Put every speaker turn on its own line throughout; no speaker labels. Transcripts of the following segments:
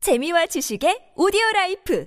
재미와 지식의 오디오 라이프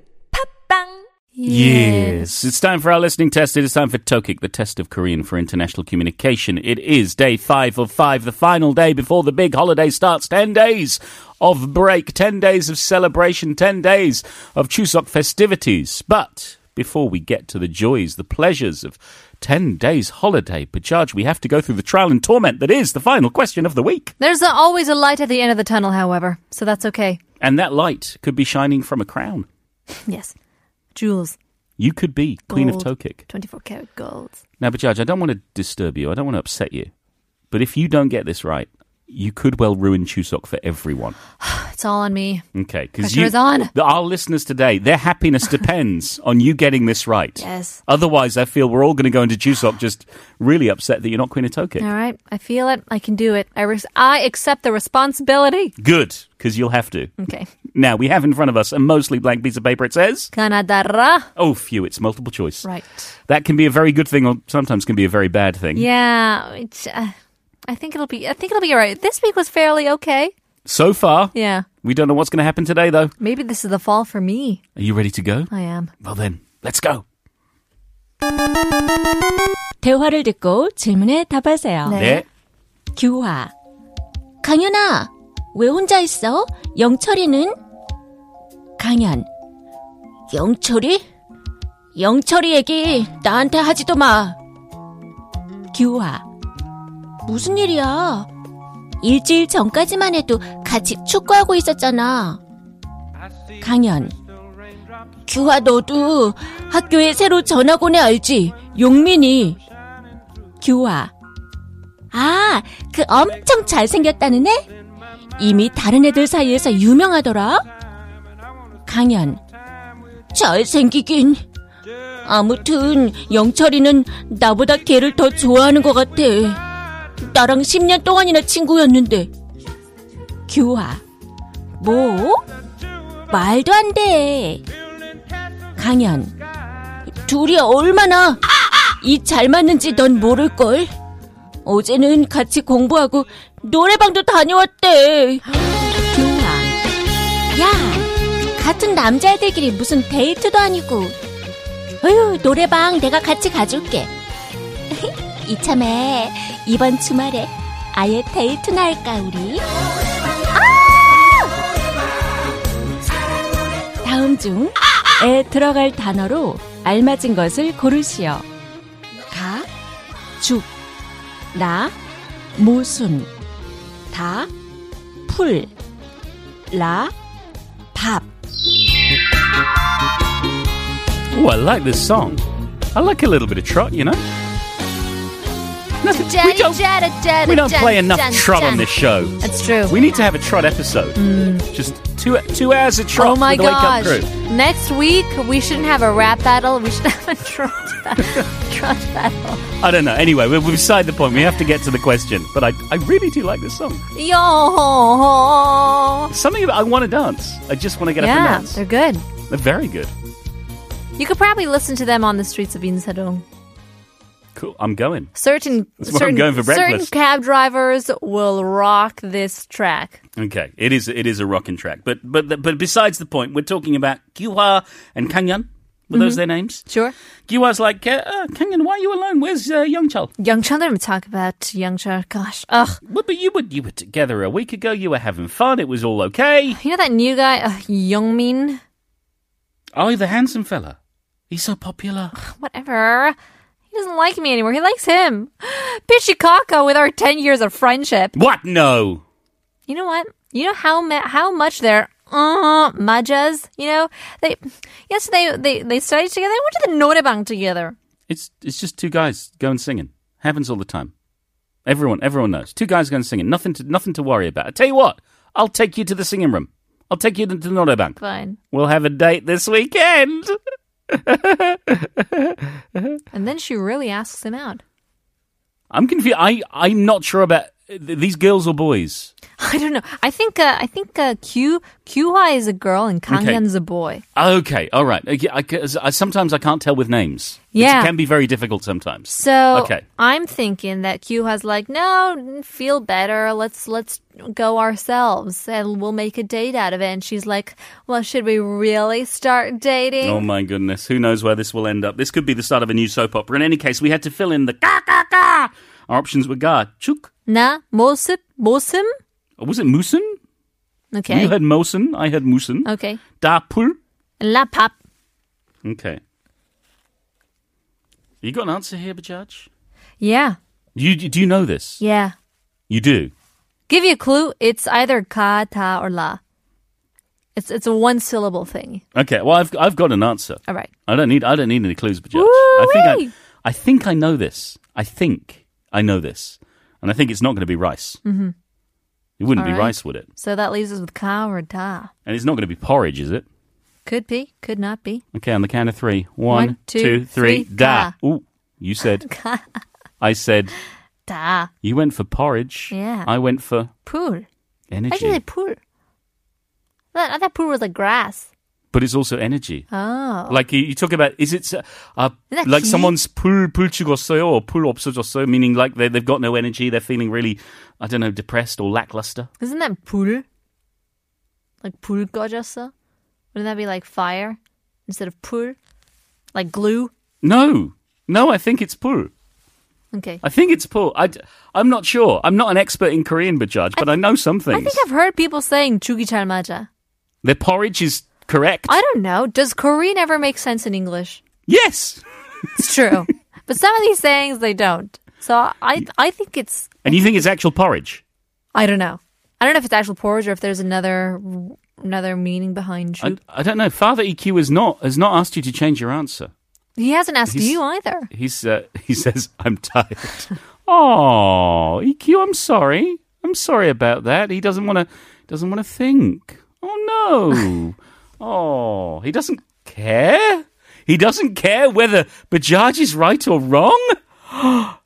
팝빵
Yes. It's time for our listening test. It is time for Tokik, the test of Korean for international communication. It is day five of five, the final day before the big holiday starts. Ten days of break, ten days of celebration, ten days of Chuseok festivities. But before we get to the joys, the pleasures of ten days holiday, Pajaj, we have to go through the trial and torment that is the final question of the week.
There's a, always a light at the end of the tunnel, however, so that's okay.
And that light could be shining from a crown.
Yes. Jewels,
You could be Queen of
Gold.
Tokik.
24 karat gold.
Now, but Judge, I don't want to disturb you. I don't want to upset you. But if you don't get this right, you could well ruin Chuseok for everyone.
It's all on me.
Okay, because
Pressure is on.
our listeners today, their happiness depends on you getting this right.
Yes.
Otherwise, I feel we're all going to go into Chuseok just really upset that you're not Queen of Tokyo.
All right, I feel it. I can do it. I, res- I accept the responsibility.
Good, because you'll have to.
Okay.
Now we have in front of us a mostly blank piece of paper. It says,
Canadara.
"Oh, phew, it's multiple choice."
Right.
That can be a very good thing, or sometimes can be a very bad thing.
Yeah, it's, uh, I think it'll be. I think it'll be all right. This week was fairly okay.
So far,
Yeah,
we don't know what's going to happen today, though.
maybe this is the fall for me.
Are you ready to go?
I am.
Well then, let's go.
대화를 듣고 질문에 답하세요.
네.
규화. 강연아, 왜 혼자 있어? 영철이는? 강연. 영철이? 영철이 얘기 나한테 하지도 마. 규화. 무슨 일이야? 일주일 전까지만 해도 같이 축구하고 있었잖아. 강연. 규화 너도 학교에 새로 전학 온애 알지? 용민이. 규화. 아, 그 엄청 잘생겼다는 애? 이미 다른 애들 사이에서 유명하더라? 강연. 잘생기긴. 아무튼, 영철이는 나보다 걔를 더 좋아하는 것 같아. 나랑 10년 동안이나 친구였는데. 규화. 뭐? 말도 안 돼. 강연. 둘이 얼마나 이 잘 맞는지 넌 모를걸. 어제는 같이 공부하고 노래방도 다녀왔대. 규아, 야, 같은 남자애들끼리 무슨 데이트도 아니고. 어휴, 노래방 내가 같이 가줄게. 이참에 이번 주말에 아예 데이트나 할까 우리? 아! 다음 중에 들어갈 단어로 알맞은 것을 고르시오. 가, 죽. 나, 모순, 다, 풀, 라, 밥.
Oh, I like this song. I like a little bit of trot, you know. No, we don't, we don't play enough trot on this show.
That's true. Mm.
We need to have a trot episode. Just two two hours of trot
oh my
for the
gosh!
wake up crew.
Next week we shouldn't have a rap battle. We should have a trot battle. trot battle.
I don't know. Anyway, we're, we're beside the point. We have to get to the question. But I, I really do like this song.
Yo.
Something about I want to dance. I just want to get
Yeah,
up and
they're
dance.
good.
They're very good.
You could probably listen to them on the streets of Insadong.
Cool. I'm going.
Certain
That's what I'm
certain,
going for
certain
breakfast.
cab drivers will rock this track.
Okay, it is it is a rocking track. But but but besides the point, we're talking about Gyuha and Kangyun. Were
Mm-hmm.
those their names?
Sure.
Gyuha's like, uh, uh, Kangyun, why are you alone? Where's uh, Youngchul?
Youngchul, let me talk about Youngchul. Gosh, ugh.
Well, but you were you were together a week ago. You were having fun. It was all okay.
You know that new guy, uh, Youngmin?
Oh, the handsome fella. He's so popular.
Whatever. He doesn't like me anymore. He likes him. Pichikaka with our 10 years of friendship.
What? No.
You know what? You know how ma- how much they're uh, majas, you know? They yesterday they they studied together. They went to the norebang together.
It's it's just two guys going singing. Happens all the time. Everyone everyone knows. Two guys going singing. Nothing to nothing to worry about. I tell you what. I'll take you to the singing room. I'll take you to the Norebank.
Fine.
We'll have a date this weekend.
And then she really asks him out.
I'm confused. I I'm not sure about uh, th- these girls or boys?
I don't know. I think uh, I think uh, Q Qhwa is a girl and
Okay.
Kanghyun's a boy.
Okay, all right. Okay, I, 'cause I- sometimes I can't tell with names.
Yeah.
It can be very difficult sometimes.
So
Okay.
I'm thinking that Qhwa's like, no, feel better. Let's let's go ourselves and we'll make a date out of it. And she's like, well, should we really start dating?
Oh my goodness, who knows where this will end up? This could be the start of a new soap opera. In any case, we had to fill in the ka ka ka. Our options were ga, chuk.
나 모습 모습.
Was it musun?
Okay.
You had mosun, I had musun.
okay.
Da pul.
La pap.
Okay. You got an answer here, Bajaj?
Yeah.
You do you know this?
Yeah.
You do.
Give you a clue. It's either ka, ta, or la. It's it's a one syllable thing.
Okay. Well, I've I've got an answer.
All right.
I don't need I don't need any clues, but Judge. I think
Woo-wee!
I, I think I know this. I think I know this, and I think it's not going to be rice. Mm-hmm. It wouldn't
All
be
right.
rice, would it?
So that leaves us with ka or ta.
And it's not going to be porridge, is it?
Could be, could not be.
Okay, on the count of three.
One,
One,
two,
two,
three,
three, da.
ka.
Ooh, you said. I said
Da.
you went for porridge.
Yeah.
I went for
Pool.
energy.
I just said pool. That, I thought pool was like grass.
but it's also energy.
Oh.
Like you, you talk about, is it uh, uh,
Is that
like
key?
someone's pul pul 죽었어요 or pul 없어졌어요, meaning like they they've got no energy, they're feeling really, I don't know, depressed or lackluster.
Isn't that pool? Like pool 꺼졌어? Wouldn't that be like fire instead of pool? Like glue?
No, no, I think it's pul.
Okay.
I think it's pul. I am not sure. I'm not an expert in Korean, but judge, but I, know some
I
things.
think I've heard people saying 주기 잘 맞아.
Their porridge is correct.
I don't know. Does Korean ever make sense in English?
yes,
It's true. but some of these sayings they don't. So I I think it's
and you think it's actual porridge?
I don't know. I don't know if it's actual porridge or if there's another another meaning behind
I,
Ju.
I don't know. Father EQ has not has not asked you to change your answer.
He hasn't asked
He's-
you either.
He's uh, he says, "I'm tired." oh, EQ, I'm sorry. I'm sorry about that. He doesn't want to doesn't want to think. Oh no. oh, he doesn't care. He doesn't care whether Bajaj is right or wrong.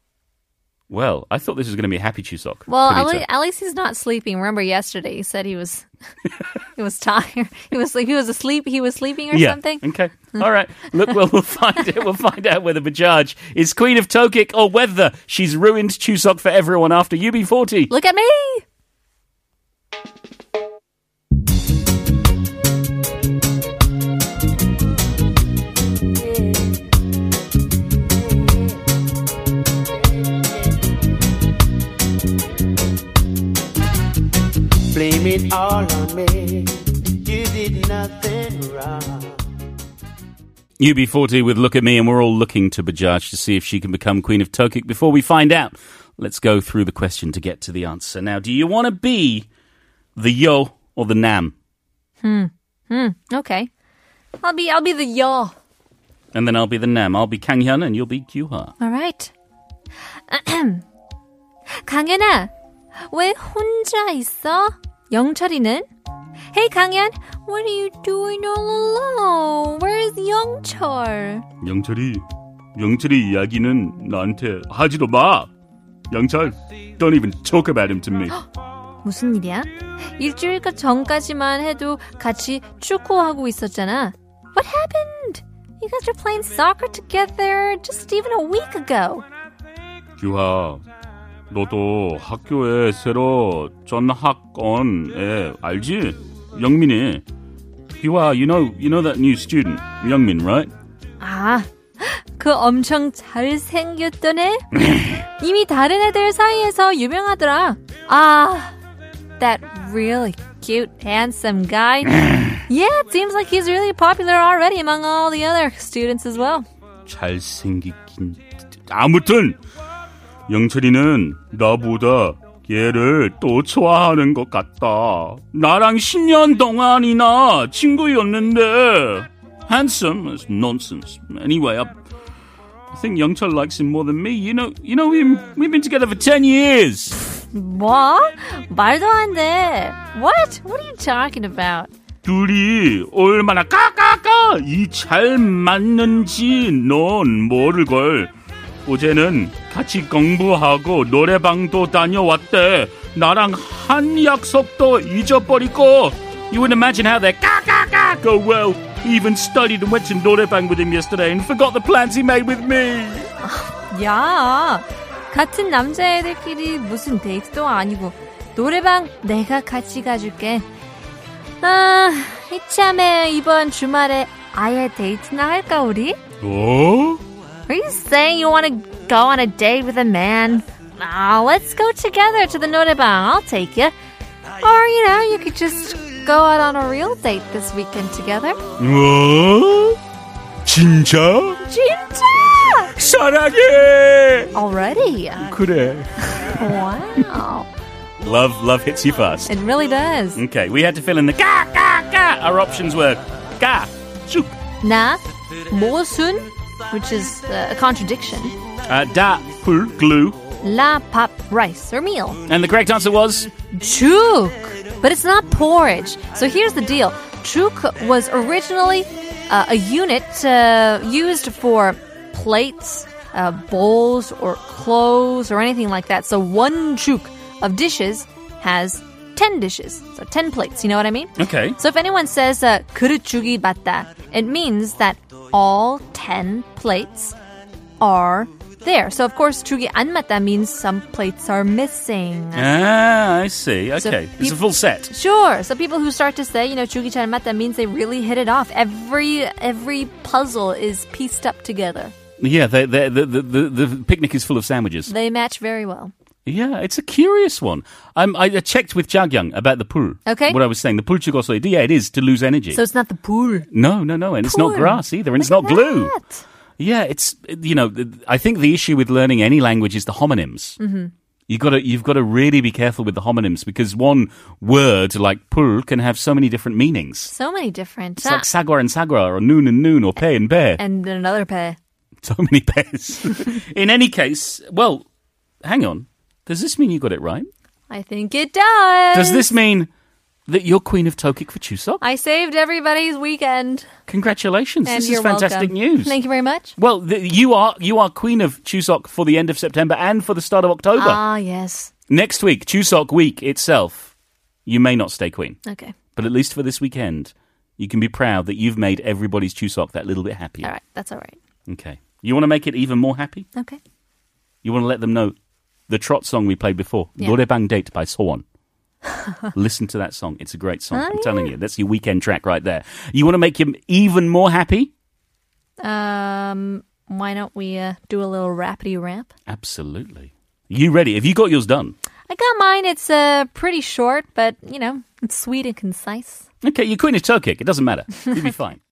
well, I thought this was going to be a happy Chuseok.
Well, at,
Kavita.
le- at least he's not sleeping. Remember yesterday he said he was he was tired. He was like he was asleep. He was sleeping or
yeah.
something.
Okay. All right. Look, well, we'll find it. We'll find out whether Bajaj is Queen of Tokik or whether she's ruined Chuseok for everyone after UB40.
Look at me.
Blame it all on me. You did nothing wrong.
UB40 with Look at Me, and we're all looking to Bajaj to see if she can become Queen of Tokik. Before we find out, let's go through the question to get to the answer. Now, do you want to be the Yo or the Nam?
Okay. I'll be I'll be the y'all.
And then I'll be the Nam. I'll be Kanghyun, and you'll be Kyuha.
All right. 강현아, 왜 혼자 있어? 영철이는? Hey 강현, what are you doing all alone? Where's 영철?
영철이, 영철이 이야기는 나한테 하지도 마. 영철, don't even talk about him to me.
무슨 일이야? 일주일 그 전까지만 해도 같이 축구하고 있었잖아. What happened? You guys were playing soccer together just even a week ago.
규하, 너도 학교에 새로 전학온 애 알지? 영민이. 규하, you know, you know that new student, 영민, right?
아, 그 엄청 잘생겼던 애? 이미 다른 애들 사이에서 유명하더라. 아, that really cute, handsome guy. yeah, it seems like he's really popular already among all the other students as well.
잘생기긴. 아무튼 영철이는 나보다 얘를 또 좋아하는 것 같다. 나랑 10년 동안이나 친구였는데. Handsome is nonsense. Anyway, I, I think Youngchul likes him more than me. You know, you know him. We've been together for 10 years.
뭐? 말도 안 돼. What? What are you talking about?
둘이 얼마나 까까까 이 잘 맞는지 넌 모를걸 어제는 같이 공부하고 노래방도 다녀왔대. 나랑 한 약속도 잊어버리고. You would imagine how they 가가가 go well. He even studied and went to 노래방 with him yesterday and forgot the plans he made with me.
야, 같은 남자애들끼리 무슨 데이트도 아니고 노래방 내가 같이 가줄게. 아, 이참에 이번 주말에 아예 데이트나 할까 우리?
어?
Are you saying you want to go on a date with a man? Oh, let's go together to the 노래방. I'll take you. Or you know, you could just go out on a real date this weekend together.
뭐? 진짜?
진짜?
사랑해!
Already?
그래.
Wow.
Love, love hits you fast.
It really does.
Okay, we had to fill in the ga ga ga. Our options were ga, juk,
나 모순, which is uh, a contradiction.
uh, da, pul, glue,
La pop rice or meal.
and the correct answer was
Juk, but it's not porridge. So here's the deal: Juk was originally uh, a unit uh, used for plates, uh, bowls, or clothes, or anything like that. So one juk of dishes has ten dishes, so ten plates. You know what I mean?
okay.
So if anyone says uh, 그릇 죽이 맞다, it means that all 10 plates are there. So of course 죽이 안 맞다 means some plates are missing.
Ah, I see. Okay, it's a
peop-
full set.
Sure. So people who start to say, you know, 죽이 잘 맞다 means they really hit it off. Every every puzzle is pieced up together.
Yeah, the the the the, the picnic is full of sandwiches.
They match very well.
Yeah, it's a curious one. Um, I I checked with Jagyang about the pul.
Okay.
what I was saying, the pul chugosoid. Yeah, it is to lose energy.
So it's not the pool.
no, no, no, and it's not
Pul.
grass either, and it's
Look
not
at
glue.
that.
Yeah, it's you know, I think the issue with learning any language is the homonyms. Mm-hmm. You got to you've got to really be careful with the homonyms because one word like pul can have so many different meanings.
So many different.
It's like sagwa and sagwa, or noon and noon, or pe and pe.
and then another pair.
So many pairs. In any case, well, hang on. Does this mean you got it right?
I think it does.
Does this mean that you're Queen of Tokik for Chuseok?
I saved everybody's weekend.
Congratulations!
Uh, And
this
you're
is fantastic
welcome.
news.
Thank you very much.
Well, th- you are you are Queen of Chuseok for the end of September and for the start of October.
Ah, yes.
Next week, Chuseok week itself, you may not stay queen,
Okay.
but at least for this weekend, you can be proud that you've made everybody's Chuseok that little bit happier.
All right. That's all right.
Okay. You want to make it even more happy?
Okay.
You want to let them know the trot song we played before, Norebang Date by Soan. Listen to that song. It's a great song. I'm telling you, that's your weekend track right there. You want to make him even more happy?
Um, why don't we uh, do a little rapidy ramp?
Absolutely. You ready? Have you got yours done?
I got mine. It's uh pretty short, but you know it's sweet and concise.
Okay, you're Queen of Turkic. It doesn't matter. You'll be fine.